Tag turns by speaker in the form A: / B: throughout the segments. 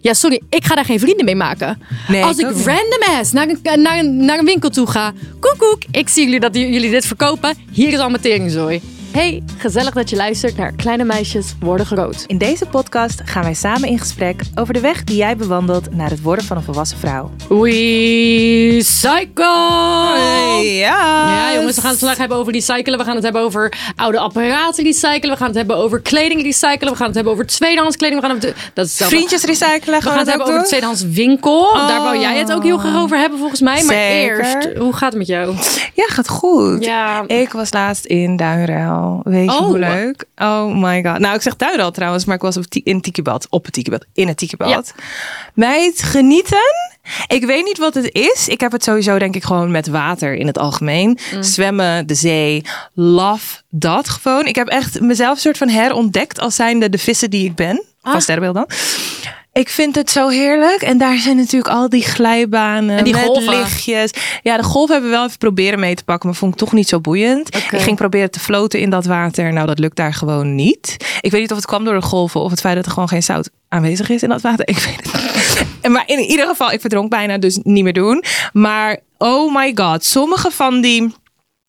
A: Ja, sorry, ik ga daar geen vrienden mee maken.
B: Nee,
A: Als
B: ik
A: ik
B: ook niet.
A: random ass naar een, naar, een, naar een winkel toe ga. Koek, koek, ik zie jullie dat j- jullie dit verkopen. Hier is al mijn teringzooi. Hey, gezellig dat je luistert naar Kleine Meisjes Worden Groot.
B: In deze podcast gaan wij samen in gesprek over de weg die jij bewandelt naar het worden van een volwassen vrouw.
A: We cycle!
B: ja.
A: Ja, jongens, we gaan het vandaag hebben over recyclen. We gaan het hebben over oude apparaten recyclen. We gaan het hebben over kleding recyclen. We gaan het hebben over tweedehands kleding. We gaan het, dat is zelf-
B: Vriendjes recyclen,
A: We gaan het hebben over de tweedehands winkel. Daar wou jij het ook heel graag over hebben, volgens mij. Maar
B: Oh. Zeker.
A: eerst, hoe gaat het met jou?
B: Ja, gaat goed.
A: Ja.
B: Ik was laatst in Duinruil. Weet je
A: Oh.
B: hoe leuk? Oh my god. Nou, ik zeg Duinruil trouwens, maar ik was op ti- in Tikibad. Op het Tikibad. In het Tikibad. Meid, genieten. Ik weet niet wat het is. Ik heb het sowieso denk ik gewoon met water in het algemeen.
A: Mm.
B: Zwemmen, de zee. Love dat gewoon. Ik heb echt mezelf soort van herontdekt als zijnde de vissen die ik ben.
A: Ah.
B: Van sterrenbeeld dan. Ik vind het zo heerlijk. En daar zijn natuurlijk al die glijbanen
A: En die
B: met
A: golven.
B: lichtjes. Ja, de golven hebben we wel even proberen mee te pakken, maar vond ik toch niet zo boeiend. Ik ging proberen te floten in dat water. Nou, dat lukt daar gewoon niet. Ik weet niet of het kwam door de golven of het feit dat er gewoon geen zout aanwezig is in dat water. Ik weet het niet. En Maar in ieder geval, ik verdronk bijna, dus niet meer doen. Maar oh my god, sommige van die...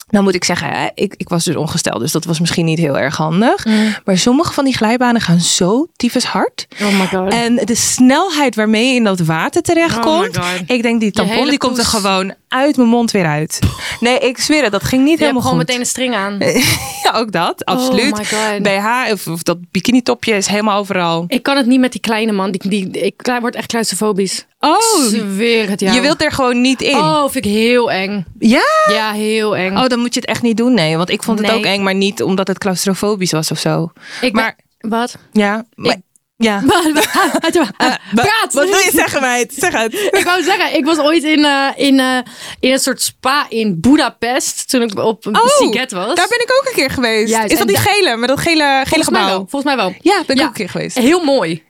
B: Nou moet ik zeggen, hè, ik, ik was dus ongesteld, dus dat was misschien niet heel erg handig.
A: Mm.
B: Maar sommige van die glijbanen gaan zo tyfus hard.
A: Oh my god.
B: En de snelheid waarmee je in dat water terechtkomt.
A: Oh my God.
B: ik denk, die tampon
A: hele
B: die komt er
A: poes.
B: gewoon uit mijn mond weer uit. Nee, ik zweer het, dat ging niet
A: Je hebt
B: helemaal
A: gewoon
B: goed.
A: meteen een string aan.
B: Ja, ook dat, absoluut.
A: my God.
B: BH of, of dat bikini topje is helemaal overal.
A: Ik kan het niet met die kleine man. Die, die, ik daar word echt claustrofobisch.
B: Oh,
A: Zweer het jou.
B: je wilt er gewoon niet in.
A: Oh, vind ik heel eng.
B: Ja?
A: Ja, heel eng.
B: Oh, dan moet je het echt niet doen, nee. Want ik vond het
A: Nee.
B: ook eng, maar niet omdat het claustrofobisch was of zo.
A: ik ben-
B: maar-
A: Wat?
B: Ja, maar, ja. Eh,
A: eh, Praat!
B: Wat wil je zeggen, meid? Zeg het.
A: Ik wou zeggen, ik was ooit in, eh, in, eh, in een soort spa in Budapest. Toen ik op een Siget was.
B: Oh, daar ben ik ook een keer geweest.
A: Juist,
B: is dat
A: en
B: die
A: da-
B: gele, met dat gele, gele
A: Volgens mij wel.
B: gebouw?
A: Volgens mij wel.
B: Ja, ben ik ook een keer geweest.
A: Heel mooi.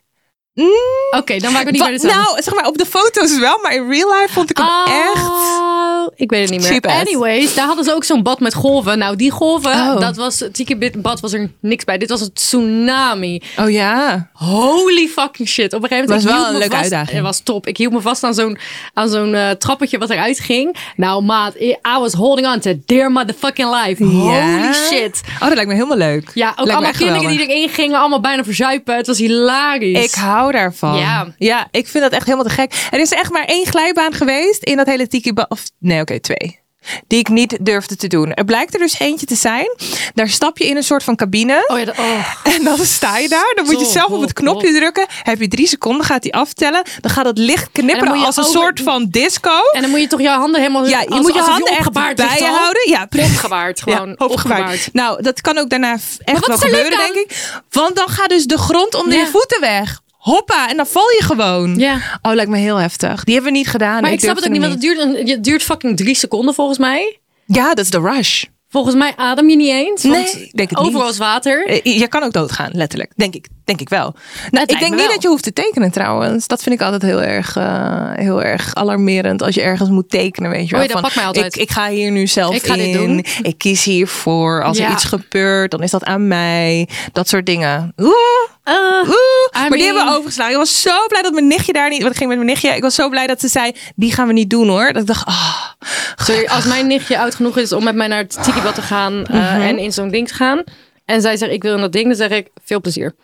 B: Mm.
A: Oké, dan maak ik het niet
B: Wa-
A: meer de zaak.
B: nou, zeg maar, op de foto's wel, maar in real life vond ik hem echt...
A: Oh, Ik weet het niet meer.
B: Cheap ass.
A: Anyways, daar hadden ze ook zo'n bad met golven. Nou, die golven,
B: Oh.
A: dat was het zieke bad was er niks bij. Dit was een tsunami.
B: Oh ja.
A: Holy fucking shit. Op een gegeven moment
B: Was
A: ik
B: wel
A: hield
B: een
A: me
B: leuke
A: vast.
B: uitdaging.
A: Het was top. Ik hield me vast aan zo'n aan zo'n eh, trappetje wat eruit ging. Nou, maat, I was holding on to dear motherfucking life. Holy
B: Ja?
A: shit.
B: Oh, dat lijkt me helemaal leuk.
A: Ja, ook
B: Lijkt me
A: allemaal
B: echt
A: kinderen
B: geweldig.
A: die erin gingen, allemaal bijna verzuipen. Het was hilarisch.
B: Ik hou daarvan.
A: Ja.
B: ja, ik vind dat echt helemaal te gek. Er is echt maar één glijbaan geweest in dat hele tiki... ba- Of, nee, oké, twee. Die ik niet durfde te doen. Er blijkt er dus eentje te zijn. Daar stap je in een soort van cabine.
A: Oh ja, dat, oh.
B: En dan sta je daar, dan moet je
A: Zo,
B: zelf op het
A: hop,
B: knopje drukken. Heb je drie seconden, gaat hij aftellen. Dan gaat dat licht
A: En dan
B: knipperen
A: moet je
B: als een
A: over-
B: soort van disco.
A: En dan moet je toch je handen helemaal...
B: Ja, je
A: als-
B: moet je
A: alsof
B: handen echt
A: opgebaard
B: bij
A: ligt
B: je
A: al.
B: houden. Ja, precies.
A: Opgebaard, gewoon
B: opgebaard.
A: opgebaard.
B: Nou, dat kan ook daarna f-
A: wat
B: echt wel
A: is er leuk
B: gebeuren,
A: aan?
B: denk ik. Want dan gaat dus de grond onder
A: Ja.
B: je voeten weg. Hoppa, en dan val je gewoon.
A: Ja.
B: Oh, lijkt me heel heftig. Die hebben we niet gedaan.
A: Maar ik, snap het
B: durfde
A: ook niet, want
B: hem
A: het duurt, een- het duurt fucking drie seconden volgens mij.
B: Ja, dat is de rush.
A: Volgens mij adem je niet eens.
B: Nee,
A: want
B: ik denk het
A: overal
B: niet.
A: is water.
B: Eh, Je kan ook doodgaan, letterlijk. Denk ik, denk ik wel. Nou,
A: lijkt
B: ik denk
A: me
B: niet
A: wel.
B: dat je hoeft te tekenen trouwens. Dat vind ik altijd heel erg, eh, heel erg alarmerend als je ergens moet tekenen. Weet je wel.
A: Oh ja, dat
B: Van,
A: pakt mij altijd.
B: Ik, ik ga hier nu zelf
A: Ik ga
B: in.
A: dit doen.
B: Ik kies hiervoor. Als
A: Ja.
B: er iets gebeurt, dan is dat aan mij. Dat soort dingen. Oeh,
A: Eh,
B: oeh. maar die
A: Ah, mean-
B: hebben we overgeslagen. Ik was zo blij dat mijn nichtje daar niet... Want ik ging met mijn nichtje. Ik was zo blij dat ze zei, die gaan we niet doen hoor. Dat ik dacht, ah.
A: Sorry, als mijn nichtje oud genoeg is om met mij naar het tikibad te gaan eh,
B: Mhm.
A: en in zo'n ding te gaan. En zij zegt, ik wil in dat ding. Dan zeg ik, veel plezier.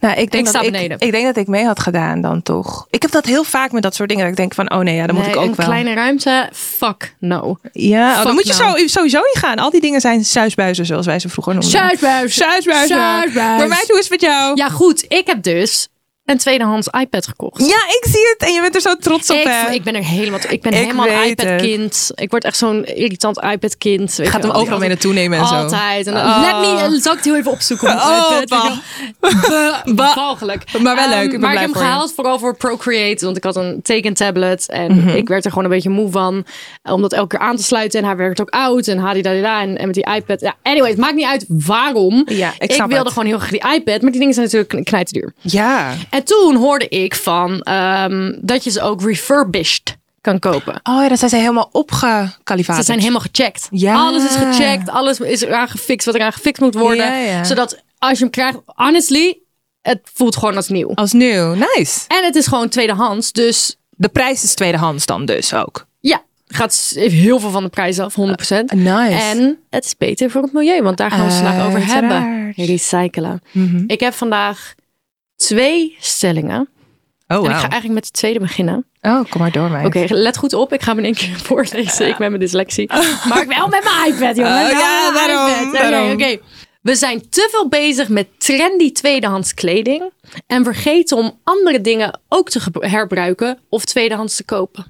B: Nou, ik denk,
A: Ik
B: dat
A: sta
B: ik,
A: beneden.
B: ik denk dat ik mee had gedaan dan toch. Ik heb dat heel vaak met dat soort dingen. Dat ik denk van, oh nee, ja, dan moet
A: Nee,
B: ik ook
A: een
B: wel.
A: kleine ruimte, fuck no.
B: Ja, oh,
A: Fuck
B: dan moet je
A: no.
B: zo, sowieso niet gaan. Al die dingen zijn zuisbuizen, zoals wij ze vroeger noemden.
A: Zuisbuis.
B: Zuisbuizen.
A: Zuisbuis.
B: Maar meid, hoe is het met jou?
A: Ja goed, ik heb dus een tweedehands iPad gekocht.
B: Ja, ik zie het. En je bent er zo trots op.
A: Ik,
B: hè?
A: ik ben er helemaal, ik ben
B: Ik
A: helemaal een
B: weet het.
A: iPad-kind. Ik word echt zo'n irritant iPad-kind. weet
B: Gaat
A: je
B: hem
A: wel,
B: overal
A: die
B: mee naartoe nemen en zo.
A: Altijd. En dan,
B: Oh.
A: Let me, zal ik het heel even opzoeken op mijn
B: Oh,
A: iPad.
B: bah.
A: Be-
B: Bah.
A: Walgelijk.
B: Maar wel
A: Ehm,
B: leuk. Ik ben
A: maar
B: blij
A: ik heb
B: voor
A: hem
B: je.
A: gehaald vooral voor Procreate. Want ik had een tekentablet. En
B: Mhm.
A: ik werd er gewoon een beetje moe van. eh, Om dat elke keer aan te sluiten. En hij werd ook oud. En hadidadida. En, en met die iPad. Ja, anyway, het maakt niet uit waarom.
B: Ja, ik
A: ik
B: snap
A: wilde
B: het.
A: gewoon heel graag die iPad. Maar die dingen zijn natuurlijk knijterduur.
B: Ja.
A: En toen hoorde ik van ehm, dat je ze ook refurbished kan kopen.
B: Oh ja, dan zijn ze helemaal opgekalifaat.
A: Ze zijn helemaal gecheckt.
B: Ah, Ja.
A: Alles is gecheckt. Alles is eraan gefixt wat eraan gefixt moet worden.
B: Ja, ja.
A: Zodat als je hem krijgt, honestly, het voelt gewoon als nieuw.
B: Als nieuw. Nice.
A: En het is gewoon tweedehands. Dus
B: De prijs is tweedehands dan dus ook.
A: ja, gaat s- heel veel van de prijs af, 100%.
B: Ah, Nice.
A: En het is beter voor het milieu, want daar gaan we het vandaag over hebben.
B: Uiteraard.
A: Recyclen.
B: Mhm.
A: Ik heb vandaag twee stellingen.
B: Oh,
A: En ik ga
B: wow.
A: eigenlijk met de tweede beginnen.
B: Oh, kom maar door, mij.
A: Oké, let goed op. Ik ga hem in één keer voorlezen. Ik met mijn dyslexie. Maar wel met mijn iPad, jongen.
B: Oh,
A: Wel
B: ja,
A: met mijn
B: daarom,
A: iPad. Oké,
B: daarom.
A: oké. We zijn te veel bezig met trendy tweedehands kleding. En vergeten om andere dingen ook te gebru- herbruiken of tweedehands te kopen.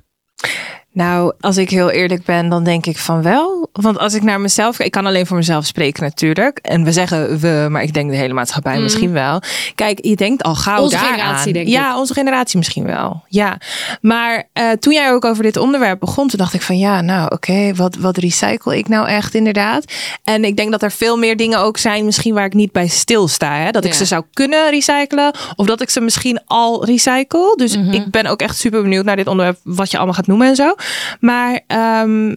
B: Nou, als ik heel eerlijk ben, dan denk ik van wel. Want als ik naar mezelf kijk, ik kan alleen voor mezelf spreken natuurlijk. En we zeggen we, maar ik denk de hele maatschappij misschien wel. Kijk, je denkt al gauw
A: Mm. Onze
B: daaraan.
A: generatie, denk ik.
B: Ja, onze generatie misschien wel. Ja, maar eh, toen jij ook over dit onderwerp begon, toen dacht ik van ja, nou oké, wat, wat recycle ik nou echt inderdaad? En ik denk dat er veel meer dingen ook zijn misschien waar ik niet bij stilsta. Hè? Dat ik
A: Ja.
B: ze zou kunnen recyclen of dat ik ze misschien al recycle. Dus ik ben ook echt super benieuwd naar dit onderwerp, wat je allemaal gaat noemen en zo. Maar ehm,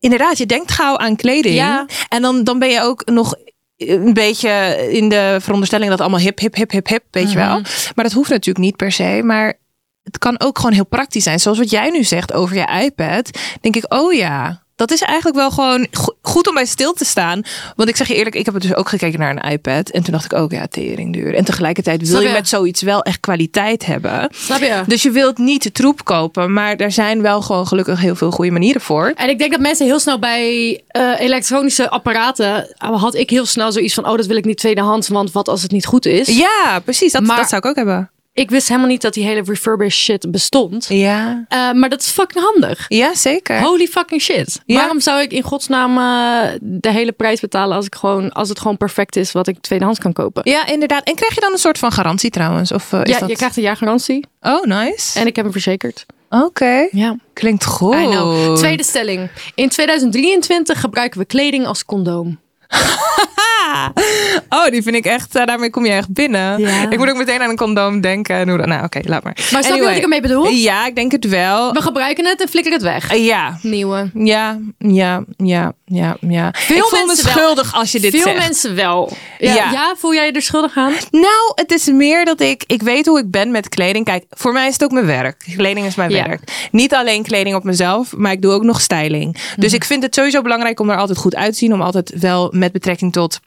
B: inderdaad, je denkt gauw aan kleding.
A: Ja.
B: En dan, dan ben je ook nog een beetje in de veronderstelling dat allemaal hip, hip, hip, hip, hip, weet
A: Mhm.
B: je wel. Maar dat hoeft natuurlijk niet per se. Maar het kan ook gewoon heel praktisch zijn. Zoals wat jij nu zegt over je iPad. Denk ik, oh ja, dat is eigenlijk wel gewoon go- goed om bij stil te staan. Want ik zeg je eerlijk, ik heb het dus ook gekeken naar een iPad. En toen dacht ik ook, ja, tering duur. En tegelijkertijd wil
A: Snap
B: je
A: je?
B: met zoiets wel echt kwaliteit hebben.
A: Snap je?
B: Dus je wilt niet de troep kopen. Maar er zijn wel gewoon gelukkig heel veel goede manieren voor.
A: En ik denk dat mensen heel snel bij eh, elektronische apparaten... eh, had ik heel snel zoiets van... oh, dat wil ik niet tweedehands, want wat als het niet goed is?
B: Ja, precies. Dat,
A: Maar-
B: dat zou ik ook hebben.
A: Ik wist helemaal niet dat die hele refurbished shit bestond.
B: Ja.
A: Eh, maar dat is fucking handig.
B: Ja, zeker.
A: Holy fucking shit.
B: Ja.
A: Waarom zou ik in godsnaam eh, de hele prijs betalen als, ik gewoon, als het gewoon perfect is wat ik tweedehands kan kopen?
B: Ja, inderdaad. En krijg je dan een soort van garantie trouwens? Of, eh, is
A: Ja,
B: dat...
A: je krijgt een jaar garantie
B: Oh, nice.
A: en ik heb hem verzekerd.
B: Oké.
A: Ja,
B: Klinkt goed.
A: I know. Tweede stelling. In 2023 gebruiken we kleding als condoom.
B: Oh, die vind ik echt, eh, daarmee kom je echt binnen.
A: Ja.
B: Ik moet ook meteen aan een condoom denken. En hoe dan? Nou, oké, laat maar.
A: Maar snap je wat ik ermee bedoel?
B: Ja, ik denk het wel.
A: We gebruiken het en flikkeren het weg.
B: Eh, Ja,
A: Nieuwe.
B: ja, ja, ja, ja, ja. ik voel me
A: mensen wel.
B: schuldig als je dit
A: Veel
B: zegt.
A: mensen wel. Ja, ja.
B: Ja.
A: voel jij je er schuldig aan?
B: Nou, het is meer dat ik, ik weet hoe ik ben met kleding. Kijk, voor mij is het ook mijn werk. Kleding is mijn
A: Ja.
B: werk. Niet alleen kleding op mezelf, maar ik doe ook nog styling.
A: Mhm.
B: Dus ik vind het sowieso belangrijk om er altijd goed uit te zien. Om altijd wel met betrekking tot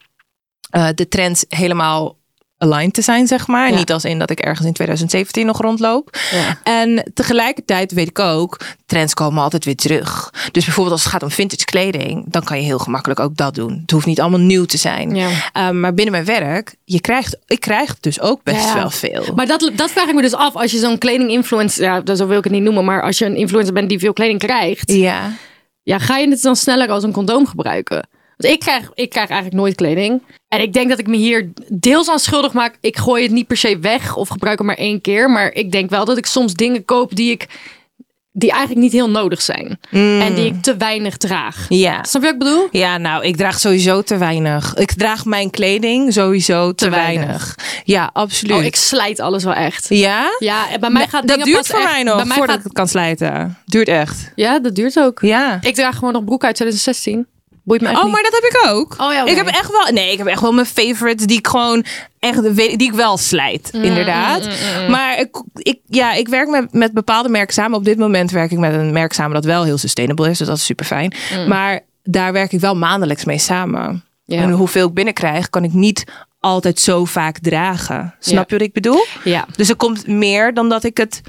B: eh, de trends helemaal aligned te zijn, zeg maar.
A: Ja.
B: Niet als in dat ik ergens in 2017 nog rondloop.
A: Ja.
B: En tegelijkertijd weet ik ook, trends komen altijd weer terug. Dus bijvoorbeeld als het gaat om vintage kleding, dan kan je heel gemakkelijk ook dat doen. Het hoeft niet allemaal nieuw te zijn.
A: Ja.
B: Eh, maar binnen mijn werk, je krijgt, ik krijg dus ook best
A: Ja.
B: wel veel.
A: Maar dat, dat vraag ik me dus af als je zo'n kleding-influencer... Ja, zo wil ik het niet noemen, maar als je een influencer bent die veel kleding krijgt...
B: ja.
A: ja, ga je het dan sneller als een condoom gebruiken? Want ik krijg, ik krijg eigenlijk nooit kleding. En ik denk dat ik me hier deels aan schuldig maak. Ik gooi het niet per se weg of gebruik het maar één keer. Maar ik denk wel dat ik soms dingen koop die ik die eigenlijk niet heel nodig zijn. En die ik te weinig draag.
B: Mm. Ja.
A: Snap je wat ik bedoel?
B: Ja, nou, ik draag sowieso te weinig. Ik draag mijn kleding sowieso te,
A: weinig.
B: weinig. Ja, absoluut.
A: Oh, ik slijt alles wel echt.
B: Ja?
A: Ja, en bij mij gaat
B: dat
A: dingen
B: duurt
A: pas
B: voor
A: echt-
B: mij nog,
A: bij mij
B: voordat
A: gaat-
B: ik het kan slijten. Duurt echt.
A: Ja, dat duurt ook.
B: Ja.
A: Ik draag gewoon nog broek uit 2016. Boeit me echt
B: Oh,
A: niet.
B: maar dat heb ik ook.
A: Oh ja, oké.
B: Ik heb echt wel. Nee, ik heb echt wel mijn favorites die ik gewoon echt weet, die ik wel slijt,
A: Mm,
B: inderdaad. Maar ik, ik, ja, ik werk met, met bepaalde merken samen. Op dit moment werk ik met een merk samen dat wel heel sustainable is, dus dat is super fijn. Maar daar werk ik wel maandelijks mee samen.
A: Mm. Ja.
B: En hoeveel ik binnenkrijg, kan ik niet altijd zo vaak dragen. Snap je wat ik bedoel?
A: Ja.
B: Dus er komt meer dan dat ik het.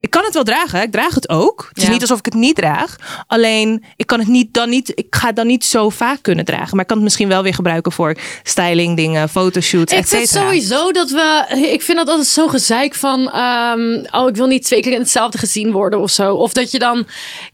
B: Ik kan het wel dragen. hè. Ik draag het ook. Het is
A: Ja.
B: niet alsof ik het niet draag. Alleen, ik kan het niet dan niet. Ik ga het dan niet zo vaak kunnen dragen. Maar ik kan het misschien wel weer gebruiken voor styling dingen, fotoshoots,
A: Ik
B: et
A: vind
B: cetera.
A: sowieso dat we. Ik vind dat altijd zo gezeik van. ehm, oh, ik wil niet twee keer in hetzelfde gezien worden of zo. Of dat je dan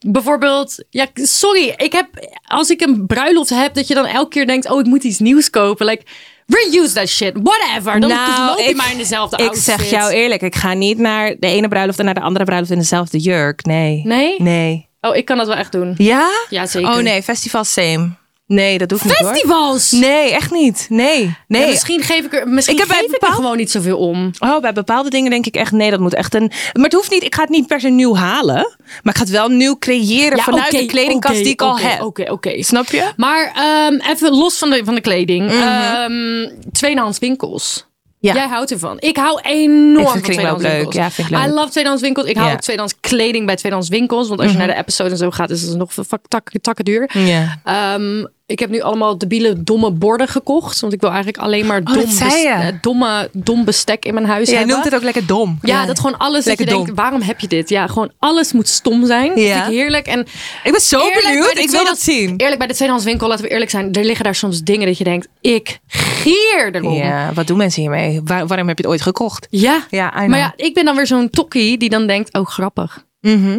A: bijvoorbeeld. Ja, sorry. Ik heb. Als ik een bruiloft heb, dat je dan elke keer denkt: oh, ik moet iets nieuws kopen. Like, reuse that shit. Whatever. Dan loop je maar in dezelfde
B: Nou, ik
A: outfit.
B: zeg jou eerlijk, ik ga niet naar de ene bruiloft en naar de andere bruiloft in dezelfde jurk. Nee.
A: Nee?
B: Nee.
A: Oh, ik kan dat wel echt doen.
B: Ja?
A: Ja, zeker.
B: Oh nee, festival same. Nee, dat doe ik niet hoor.
A: Festivals!
B: Nee, echt niet. Nee. Nee.
A: Ja, dus misschien geef ik er, misschien
B: Ik heb bij
A: geef ik er
B: bepaald-
A: gewoon niet zoveel om.
B: Oh, bij bepaalde dingen denk ik echt, nee, dat moet echt een... Maar het hoeft niet, ik ga het niet per se nieuw halen. Maar ik ga het wel nieuw creëren vanuit
A: oké,
B: de kledingkast
A: oké,
B: die ik al
A: oké,
B: heb.
A: Oké, oké.
B: Snap je?
A: Maar ehm, even los van de, van de kleding. Ehm, tweedehands winkels.
B: Mhm. Ja.
A: Jij houdt ervan. Ik hou enorm
B: Ik vind
A: van
B: kringloop
A: tweedehands
B: leuk.
A: winkels.
B: Ja, vind ik leuk.
A: I love tweedehands winkels. Ik
B: Ja. Mhm.
A: hou ook tweedehands kleding bij tweedehands winkels. Want als je naar de episode en zo gaat, is het nog vak- tak- takken duur.
B: Ja.
A: Ehm, ik heb nu allemaal debiele, domme borden gekocht. Want ik wil eigenlijk alleen maar
B: Oh, dat
A: dom,
B: zei
A: bes-
B: je.
A: eh, domme, dom bestek in mijn huis
B: Jij
A: hebben.
B: noemt het ook lekker dom.
A: Ja, dat gewoon alles.
B: Lekker
A: dat je
B: dom.
A: denkt, waarom heb je dit? Ja, gewoon alles moet stom zijn. Dat
B: Ja.
A: vind ik heerlijk. En
B: Ik ben zo
A: Eerlijk bij
B: benieuwd,
A: de
B: ik wil dat
A: tweedehands-
B: zien.
A: Eerlijk, bij de tweedehands winkel, laten we eerlijk zijn. Er liggen daar soms dingen dat je denkt, ik geer erom.
B: Ja, wat doen mensen hiermee? Waar- waarom heb je het ooit gekocht?
A: Ja.
B: Ja, I know.
A: maar ja, ik ben dan weer zo'n tokkie die dan denkt, oh grappig.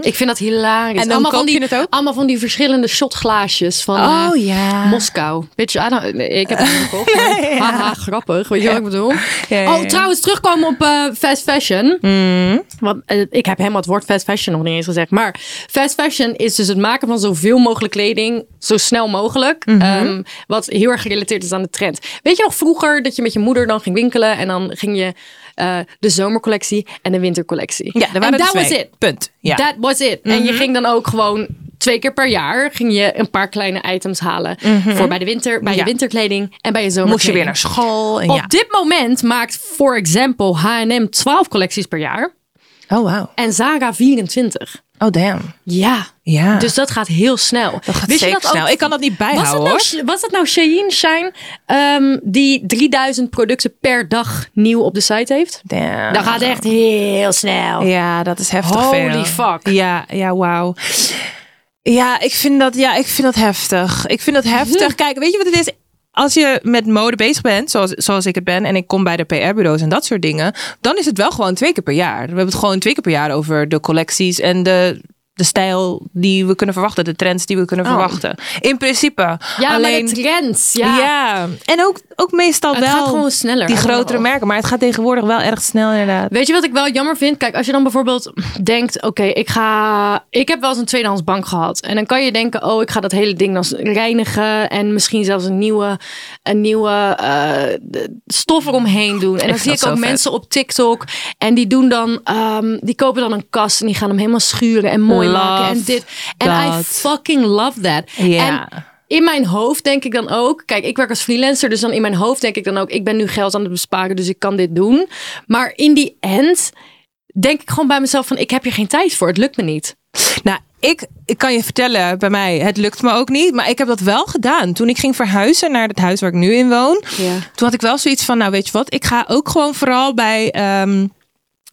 A: Ik vind dat hilarisch.
B: Mhm. En dan
A: allemaal van
B: koop
A: die,
B: je het ook?
A: Allemaal van die verschillende shotglaasjes van eh,
B: Oh, ja.
A: Moskou. Bitch, I don't- nee, ik heb het niet gekocht. maar Haha, grappig. Weet je wat ik bedoel?
B: Ja, ja,
A: oh,
B: ja.
A: trouwens, terugkomen op eh, fast fashion. Want, eh, ik heb helemaal het woord fast fashion nog niet eens gezegd. Maar fast fashion is dus het maken van zoveel mogelijk kleding. Zo snel mogelijk.
B: Mhm.
A: Ehm, wat heel erg gerelateerd is aan de trend. Weet je nog vroeger dat je met je moeder dan ging winkelen. En dan ging je eh, de zomercollectie en de wintercollectie.
B: Ja, daar waren
A: En
B: er
A: dat was
B: twee.
A: it.
B: Punt. Ja. Mhm.
A: That was it. En je ging dan ook gewoon twee keer per jaar ging je een paar kleine items halen. Voor bij de winter, bij
B: Mhm. Ja.
A: je winterkleding en bij je zomerkleding.
B: Moest je weer naar school. En ja.
A: Op dit moment maakt, voor example, H&M 12 collecties per jaar.
B: Oh, wauw.
A: En Zara 24.
B: Oh, damn.
A: Ja.
B: Ja.
A: Dus dat gaat heel snel.
B: Dat gaat zeker snel. Ik kan dat niet
A: was
B: bijhouden,
A: het nou, Was dat nou Shein Shine ehm, die 3000 producten per dag nieuw op de site heeft?
B: Damn.
A: Dat gaat echt heel snel.
B: Ah. Ja, dat is heftig
A: Holy
B: veel.
A: fuck.
B: Ja, ja, wauw. Ja, ik vind dat, ja, ik vind dat heftig. Ik
A: Hm.
B: vind dat heftig. Kijk, weet je wat het is? Als je met mode bezig bent, zoals, zoals ik het ben, en ik kom bij de PR-bureaus en dat soort dingen, dan is het wel gewoon twee keer per jaar. We hebben het gewoon twee keer per jaar over de collecties en de, de stijl die we kunnen verwachten, de trends die we kunnen verwachten. In principe.
A: Oh. Ja,
B: Alleen,
A: maar de trends. Ja.
B: ja. en ook, ook meestal
A: Het
B: wel
A: gaat gewoon sneller.
B: die
A: I don't
B: grotere
A: know.
B: merken, maar het gaat tegenwoordig wel erg snel inderdaad.
A: Weet je wat ik wel jammer vind? Kijk, als je dan bijvoorbeeld denkt: oké, ik ga. Ik heb wel eens een tweedehands bank gehad. En dan kan je denken: oh, ik ga dat hele ding dan reinigen. En misschien zelfs een nieuwe, een nieuwe eh, de- stof eromheen doen. En dan
B: vind
A: zie
B: dat
A: ik ook
B: zo vet.
A: mensen op TikTok. En die doen dan. ehm, die kopen dan een kast. En die gaan hem helemaal schuren en mooi
B: Love
A: maken. En dit. En I
B: that.
A: fucking love that.
B: Ja.
A: En in mijn hoofd denk ik dan ook, kijk, ik werk als freelancer, dus dan in mijn hoofd denk ik dan ook, ik ben nu geld aan het besparen, dus ik kan dit doen. Maar in die end denk ik gewoon bij mezelf van, ik heb hier geen tijd voor, het lukt me niet.
B: Nou, ik, ik kan je vertellen, bij mij, het lukt me ook niet. Maar ik heb dat wel gedaan. Toen ik ging verhuizen naar het huis waar ik nu in woon.
A: Ja.
B: Toen had ik wel zoiets van, nou weet je wat, ik ga ook gewoon vooral bij... ehm,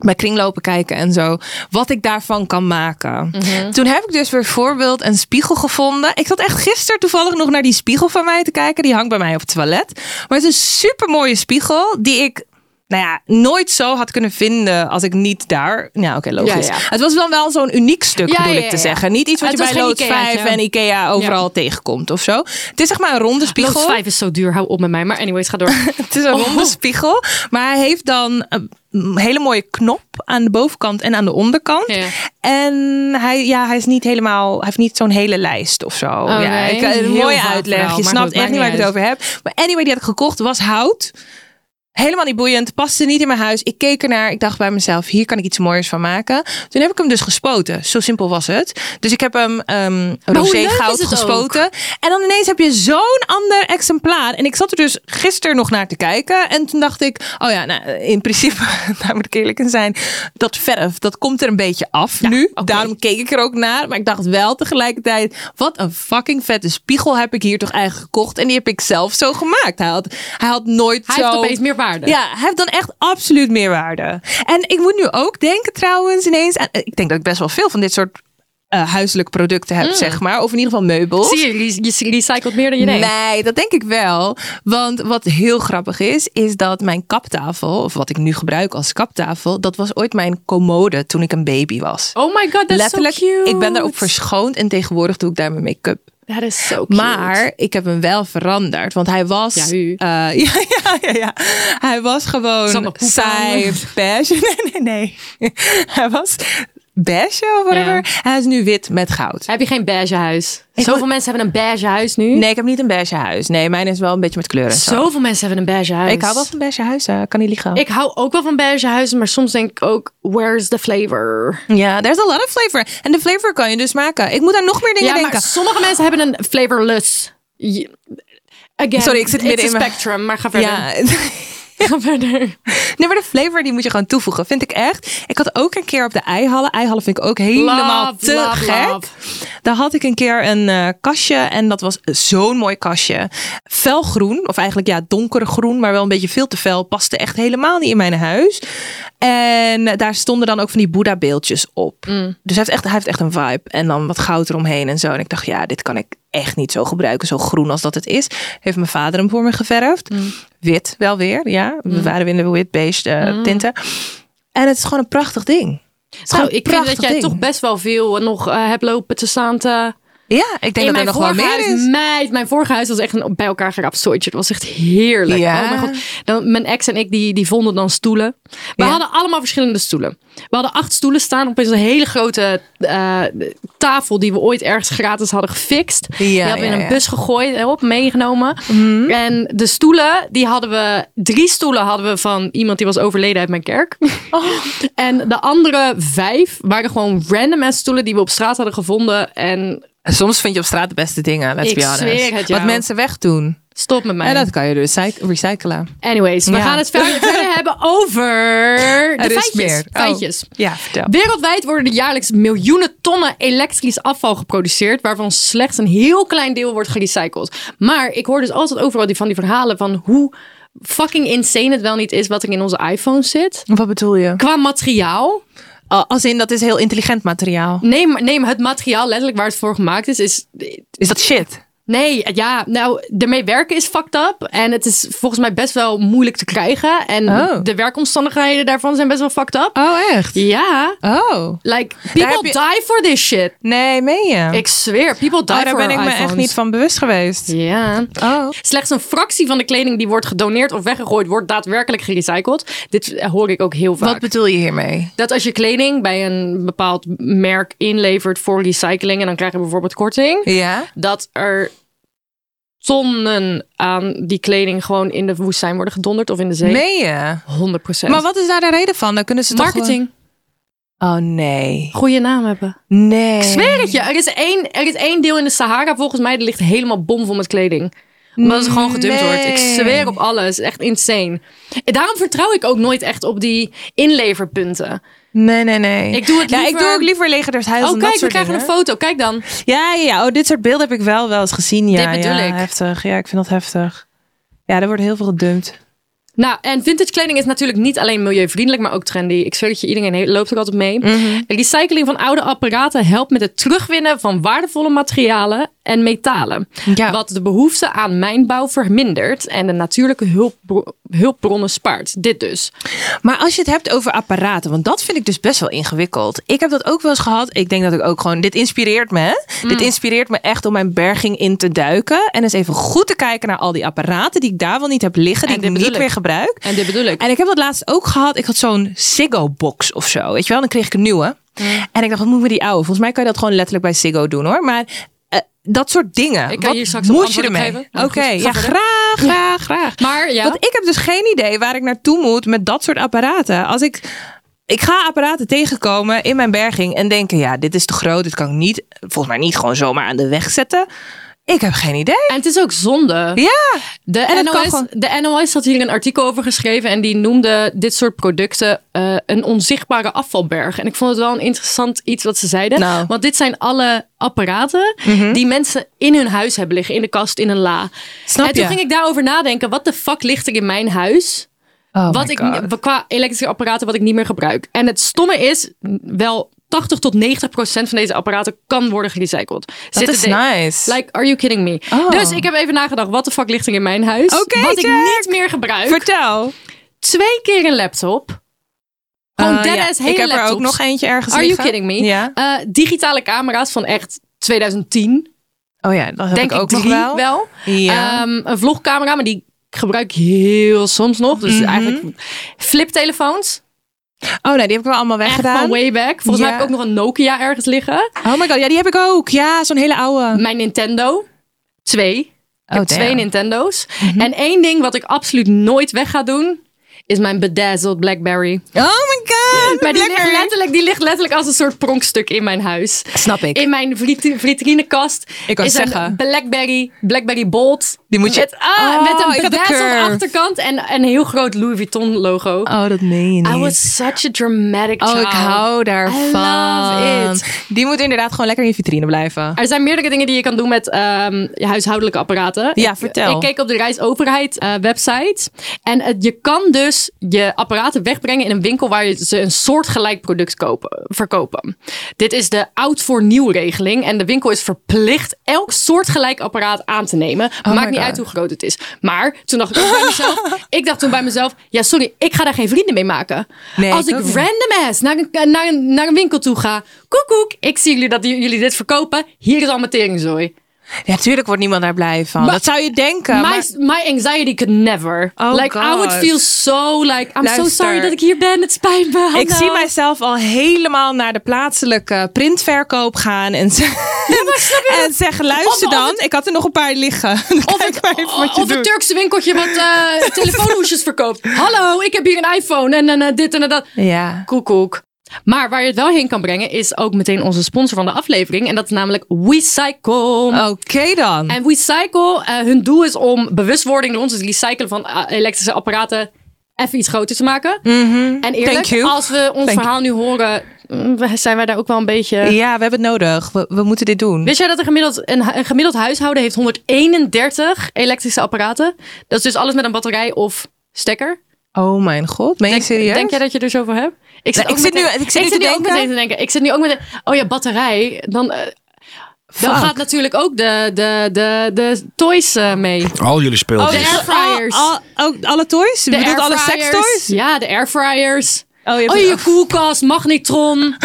B: bij kringlopen kijken en zo. Wat ik daarvan kan maken.
A: Mhm.
B: Toen heb ik dus bijvoorbeeld een spiegel gevonden. Ik zat echt gisteren toevallig nog naar die spiegel van mij te kijken. Die hangt bij mij op het toilet. Maar het is een super mooie spiegel die ik. Nou ja, nooit zo had kunnen vinden als ik niet daar. Ja, oké, logisch.
A: Ja, ja.
B: Het was wel wel zo'n uniek stuk,
A: Ja,
B: bedoel
A: ja,
B: ik te
A: ja.
B: zeggen. Niet iets wat
A: Het
B: je
A: was
B: bij
A: geen
B: Loods
A: Ikeaatje.
B: 5 en Ikea overal tegenkomt of zo. Het is zeg maar een ronde spiegel.
A: Loods 5 is zo duur, hou op met mij. Maar anyways, ga door.
B: Het is een
A: Oh.
B: ronde spiegel. Maar hij heeft dan een hele mooie knop aan de bovenkant en aan de onderkant.
A: Ja.
B: En hij, ja, hij is niet helemaal, hij heeft niet zo'n hele lijst of zo. ja,
A: Oh, nee,
B: ik, een
A: heel
B: mooie
A: vaag
B: uitleg.
A: verhaal,
B: je
A: maar
B: snapt
A: goed, maakt
B: echt niet
A: niet
B: waar ik het
A: uit.
B: over heb. Maar anyway, die had ik gekocht, was hout. Helemaal niet boeiend, paste niet in mijn huis. Ik keek ernaar, ik dacht bij mezelf, hier kan ik iets moois van maken. Toen heb ik hem dus gespoten, zo simpel was het. Dus ik heb hem ehm
A: hoe
B: rosé
A: leuk is
B: goud
A: het ook?
B: gespoten. En dan ineens heb je zo'n ander exemplaar. En ik zat er dus gisteren nog naar te kijken. En toen dacht ik, oh ja, nou, in principe, daar moet ik eerlijk in zijn. Dat verf, dat komt er een beetje af nu. Daarom keek ik er ook naar. Maar ik dacht wel tegelijkertijd, wat een fucking vette spiegel heb ik hier toch eigenlijk gekocht. En die heb ik zelf zo gemaakt. Hij had, hij had nooit
A: Hij
B: zo...
A: heeft opeens meer meerwaarde.
B: Ja, hij heeft dan echt absoluut meerwaarde. En ik moet nu ook denken trouwens ineens. aan- ik denk dat ik best wel veel van dit soort eh, huiselijke producten heb, zeg maar. Of in ieder geval meubels.
A: Mm. Zie je, je, je recycelt meer dan je denkt.
B: Nee, dat denk ik wel. Want wat heel grappig is, is dat mijn kaptafel, of wat ik nu gebruik als kaptafel, dat was ooit mijn commode toen ik een baby was.
A: Oh my god, that's
B: Letterlijk,
A: so cute.
B: ik ben daarop verschoond en tegenwoordig doe ik daar mijn make-up.
A: Dat is zo cute.
B: Maar ik heb hem wel veranderd, want hij was.
A: Ja, u.
B: eh, ja, ja, ja, ja. Hij was
A: Zal maar
B: gewoon
A: poep
B: saai,
A: aan.
B: beige. Nee, nee, nee. Hij was beige of whatever.
A: Ja.
B: Hij is nu wit met goud.
A: Heb je geen beige huis? Zoveel
B: wil-
A: mensen hebben een beige huis nu.
B: Nee, ik heb niet een beige huis. Nee, mijn is wel een beetje met kleuren. en zo.
A: Zoveel mensen hebben een beige huis.
B: Ik hou wel van beige huizen, kan niet liegen.
A: Ik hou ook wel van beige huizen, maar soms denk ik ook, where's the flavor?
B: ja, there's a lot of flavor. En de flavor kan je dus maken. Ik moet daar nog meer dingen
A: Ja, maar
B: denken.
A: sommige mensen hebben een flavorless. Je- Again,
B: Sorry, ik zit midden
A: it's
B: in
A: a
B: mijn-
A: spectrum, maar ga verder.
B: Ja,
A: Ga verder.
B: nee, maar de flavor die moet je gewoon toevoegen, vind ik echt. Ik had ook een keer op de eihallen. Eihallen vind ik ook helemaal
A: Love,
B: te
A: love,
B: gek.
A: love.
B: Daar had ik een keer een eh, kastje en dat was zo'n mooi kastje. Felgroen, of eigenlijk ja, donkergroen, maar wel een beetje veel te fel. Paste echt helemaal niet in mijn huis. En eh, daar stonden dan ook van die Boeddha beeldjes op.
A: Mm.
B: Dus hij heeft, echt, hij heeft echt een vibe. En dan wat goud eromheen en zo. En ik dacht, ja, dit kan ik echt niet zo gebruiken, zo groen als dat het is. Heeft mijn vader hem voor me geverfd.
A: Mm.
B: Wit wel weer, ja. We waren weer in de wit beige eh, tinten. En het is gewoon een prachtig ding. Het is
A: Mm. Nou,
B: gewoon een
A: ik vind dat
B: prachtig
A: jij
B: ding.
A: toch best wel veel nog eh, hebt lopen te staan te...
B: Ja, ik denk
A: In
B: dat er
A: mijn
B: nog wel
A: vorige
B: meer
A: huis,
B: is.
A: meid, mijn vorige huis was echt een bij elkaar geraapt soortje. Dat was echt heerlijk.
B: Ja.
A: Oh mijn god. Dan, mijn ex en ik, die, die vonden dan stoelen. We
B: Ja.
A: hadden allemaal verschillende stoelen. We hadden acht stoelen staan op een hele grote eh, tafel die we ooit ergens gratis hadden gefixt. die hadden we
B: ja,
A: in een
B: ja. Mhm.
A: bus gegooid en op meegenomen. En de stoelen, die hadden we, drie stoelen hadden we van iemand die was overleden uit mijn kerk.
B: Oh.
A: En de andere vijf waren gewoon random ass stoelen die we op straat hadden gevonden. En
B: Soms vind je op straat de beste dingen, let's
A: Ik
B: be honest.
A: zweer het jou.
B: Wat mensen wegdoen.
A: stop met mij.
B: En dat kan je dus recyc- recyclen.
A: Anyways, we
B: Ja.
A: gaan het verder, verder hebben over de
B: Er is
A: feitjes.
B: meer. Oh.
A: feitjes.
B: Ja, vertel.
A: Wereldwijd worden er jaarlijks miljoenen tonnen elektrisch afval geproduceerd, waarvan slechts een heel klein deel wordt gerecycled. Maar ik hoor dus altijd overal die, van die verhalen van hoe fucking insane het wel niet is wat er in onze iPhone zit.
B: Wat bedoel je?
A: Qua materiaal.
B: Als in, dat is heel intelligent materiaal.
A: Neem, neem het materiaal letterlijk waar het voor gemaakt is, is
B: Is dat shit?
A: Nee, ja, nou, ermee werken is fucked up. En het is volgens mij best wel moeilijk te krijgen. En
B: Oh.
A: de werkomstandigheden daarvan zijn best wel fucked up.
B: Oh, echt?
A: Ja,
B: Oh.
A: like,
B: heb
A: people
B: je-
A: die for this shit.
B: Nee, meen je?
A: Ik zweer, people die
B: oh, daar
A: for
B: ben ik
A: our
B: me
A: iPhones.
B: echt niet van bewust geweest.
A: Ja.
B: Oh.
A: Slechts een fractie van de kleding die wordt gedoneerd of weggegooid, wordt daadwerkelijk gerecycled. Dit hoor ik ook heel vaak.
B: Wat bedoel je hiermee?
A: dat als je kleding bij een bepaald merk inlevert voor recycling en dan krijg je bijvoorbeeld korting,
B: Ja?
A: dat er tonnen aan die kleding gewoon in de woestijn worden gedonderd of in de zee.
B: Meen je?
A: 100
B: Maar wat is daar de reden van? Dan kunnen ze toch
A: Marketing.
B: gewoon- Oh, nee.
A: Goede naam hebben.
B: Nee.
A: Ik zweer het je. Er is, één, er is één deel in de Sahara volgens mij. Dat ligt helemaal bomvol met kleding. Omdat het gewoon gedumpt wordt. Ik
B: Nee.
A: zweer op alles. Echt insane. En daarom vertrouw ik ook nooit echt op die inleverpunten.
B: Nee, nee, nee.
A: Ik doe het
B: Ja, ik
A: liever-
B: doe ook liever leger huis
A: Oh
B: dan dat
A: kijk, we
B: soort
A: krijgen
B: dingen.
A: een foto. Kijk dan.
B: Ja, ja, ja. Oh, dit soort beelden heb ik wel wel eens gezien. Ja,
A: Dit bedoel
B: ja,
A: ik.
B: heftig. Ja, ik vind dat heftig. Ja, er wordt heel veel gedumpt.
A: Nou, en vintage kleding is natuurlijk niet alleen milieuvriendelijk, maar ook trendy. Ik zweer dat je iedereen he- loopt er altijd mee.
B: Mhm.
A: Recycling van oude apparaten helpt met het terugwinnen van waardevolle materialen en metalen.
B: Ja.
A: Wat de behoefte aan mijnbouw vermindert en de natuurlijke hulpbro- hulpbronnen spaart. Dit dus.
B: Maar als je het hebt over apparaten, want dat vind ik dus best wel ingewikkeld. Ik heb dat ook wel eens gehad. Ik denk dat ik ook gewoon. Dit inspireert me. hè. Dit inspireert me echt om mijn berging in te duiken. En eens even goed te kijken naar al die apparaten die ik daar wel niet heb liggen, die
A: En
B: ik
A: dit
B: niet
A: bedoel
B: meer
A: ik.
B: gebruik.
A: En dit bedoel ik.
B: En ik heb dat laatst ook gehad. Ik had zo'n Ziggo-box of zo. Weet je wel? Dan kreeg ik een nieuwe.
A: Mm.
B: En ik dacht, wat moet ik met die oude? Volgens mij kan je dat gewoon letterlijk bij Ziggo doen hoor. Maar eh, dat soort dingen.
A: Ik kan
B: wat
A: hier straks een
B: moet je
A: antwoord op
B: ermee?
A: geven.
B: Oké,
A: Maar goed, ga
B: ja,
A: verder.
B: graag, graag, graag.
A: Maar ja.
B: Want ik heb dus geen idee waar ik naartoe moet met dat soort apparaten. Als ik. Ik ga apparaten tegenkomen in mijn berging en denken: ja, dit is te groot. Dit kan ik niet, volgens mij niet gewoon zomaar aan de weg zetten. Ik heb geen idee.
A: En het is ook zonde.
B: Ja.
A: De,
B: En dat kan
A: NOS,
B: gewoon.
A: de NOS had hier een artikel over geschreven en die noemde dit soort producten eh, een onzichtbare afvalberg. En ik vond het wel een interessant iets wat ze zeiden.
B: Nou. Mhm.
A: Want dit zijn alle apparaten die mensen in hun huis hebben liggen, in de kast, in een la.
B: Snap
A: en toen
B: je?
A: ging ik daarover nadenken, wat de fuck ligt er in mijn huis?
B: Oh
A: wat
B: my
A: ik,
B: God.
A: qua elektrische apparaten wat ik niet meer gebruik. En het stomme is, wel 80 tot 90 procent van deze apparaten kan worden gerecycled.
B: Dat is nice.
A: Like, are you kidding me?
B: Oh.
A: Dus ik heb even nagedacht, wat de fuck ligt er in mijn huis?
B: Oké,
A: wat ik
B: check.
A: niet meer gebruik.
B: Vertel.
A: Twee keer een laptop. Gewoon
B: Eh,
A: dead
B: ja,
A: ass hele
B: Ik heb er ook
A: laptops.
B: nog eentje ergens
A: Are you
B: liggen.
A: kidding me?
B: Ja.
A: Eh, digitale camera's van echt 2010.
B: Oh ja, dat heb
A: denk
B: ik ook nog
A: drie
B: wel. Ja.
A: Ehm, een vlogcamera, maar die gebruik ik heel soms nog. Dus
B: Mhm.
A: eigenlijk fliptelefoons.
B: oh nee, die heb ik wel allemaal
A: Echt
B: weggedaan.
A: van way back. Volgens mij heb
B: Ja.
A: ik ook nog een Nokia ergens liggen.
B: Oh my god, ja, die heb ik ook. Ja, zo'n hele oude. Oh,
A: Mijn Nintendo. Twee. Ik heb
B: damn. Mhm.
A: twee Nintendo's. En één ding wat ik absoluut nooit weg ga doen... is mijn bedazzled Blackberry.
B: Oh my god.
A: Maar die ligt,
B: lekker.
A: letterlijk, die ligt letterlijk als een soort pronkstuk in mijn huis.
B: Snap ik.
A: In mijn vrit- vitrinekast
B: Ik wou
A: is
B: zeggen.
A: een Blackberry, Blackberry Bold.
B: Die moet je-
A: Met, ah,
B: Oh,
A: met
B: ik
A: een
B: had de
A: bedazzled
B: curve.
A: achterkant en een heel groot Louis Vuitton logo.
B: Oh, dat meen je niet.
A: I was such a dramatic
B: oh,
A: child.
B: ik hou daarvan.
A: I love it.
B: Die moet inderdaad gewoon lekker in je vitrine blijven.
A: Er zijn meerdere dingen die je kan doen met ehm, je huishoudelijke apparaten.
B: Ja,
A: Ik-
B: vertel.
A: Ik keek op de Rijksoverheid eh, website. En het- je kan dus je apparaten wegbrengen in een winkel waar je ze een soortgelijk product kopen, verkopen. Dit is de oud voor nieuw regeling. En de winkel is verplicht elk soortgelijk apparaat aan te nemen. Maakt niet
B: Oh God.
A: uit hoe groot het is. Maar toen dacht ik ook bij mezelf. Ik dacht toen bij mezelf. Ja, sorry, ik ga daar geen vrienden mee maken.
B: Nee,
A: Als
B: ik
A: ik
B: ook niet.
A: random ass naar een, naar, een, naar een winkel toe ga. Koekoek, ik zie jullie dat jullie dit verkopen. Hier is al mijn teringzooi.
B: Ja, tuurlijk wordt niemand daar blij van. dat zou je denken.
A: My,
B: maar-
A: my anxiety could never.
B: uh, Oh
A: like, I would
B: God.
A: feel so like, I'm so
B: Luister.
A: sorry dat ik hier ben. Het spijt me.
B: Ik
A: Hallo.
B: zie mijzelf al helemaal naar de plaatselijke printverkoop gaan en, ze- en zeggen: luister
A: Of- of
B: dan,
A: het-
B: ik had er nog een paar liggen. Of Kijk maar even wat je
A: Of een
B: doet.
A: Turkse winkeltje wat eh, telefoonhoesjes verkoopt. Hallo, ik heb hier een iPhone en, en eh, dit en dat.
B: Ja.
A: Koekoek. Maar waar je het wel heen kan brengen is ook meteen onze sponsor van de aflevering. En dat is namelijk WeCycle.
B: Oké dan.
A: En WeCycle, eh, hun doel is om bewustwording rond het recyclen van eh, elektrische apparaten even iets groter te maken. En
B: Mhm. Thank
A: eerlijk,
B: you.
A: als we ons
B: you.
A: verhaal nu horen, mm, zijn wij daar ook wel een beetje...
B: ja, we hebben het nodig. We, we moeten dit doen.
A: Wist jij dat een gemiddeld, een, hu- een gemiddeld huishouden heeft 131 elektrische apparaten? Dat is dus alles met een batterij of stekker.
B: Oh mijn god, meen je
A: Denk,
B: serieus?
A: denk jij dat je er zoveel hebt? Ik
B: Nou,
A: ook
B: ik zit
A: meteen-
B: nu- ik zit nu te
A: nu ook
B: denken.
A: meteen te denken. Ik zit nu ook meteen... Oh ja, batterij. Dan, eh, dan
B: Fuck.
A: gaat natuurlijk ook de, de, de, de toys eh, mee.
C: Al jullie
B: Oh,
C: speeltjes.
A: de
B: dus
A: airfryers.
B: Al, al- ook alle toys? Je
A: De
B: bedoelt alle
A: airfryers.
B: sextoys?
A: Ja, de airfryers.
B: Oh, je
A: Oh,
B: hebt-
A: je koelkast, magnetron,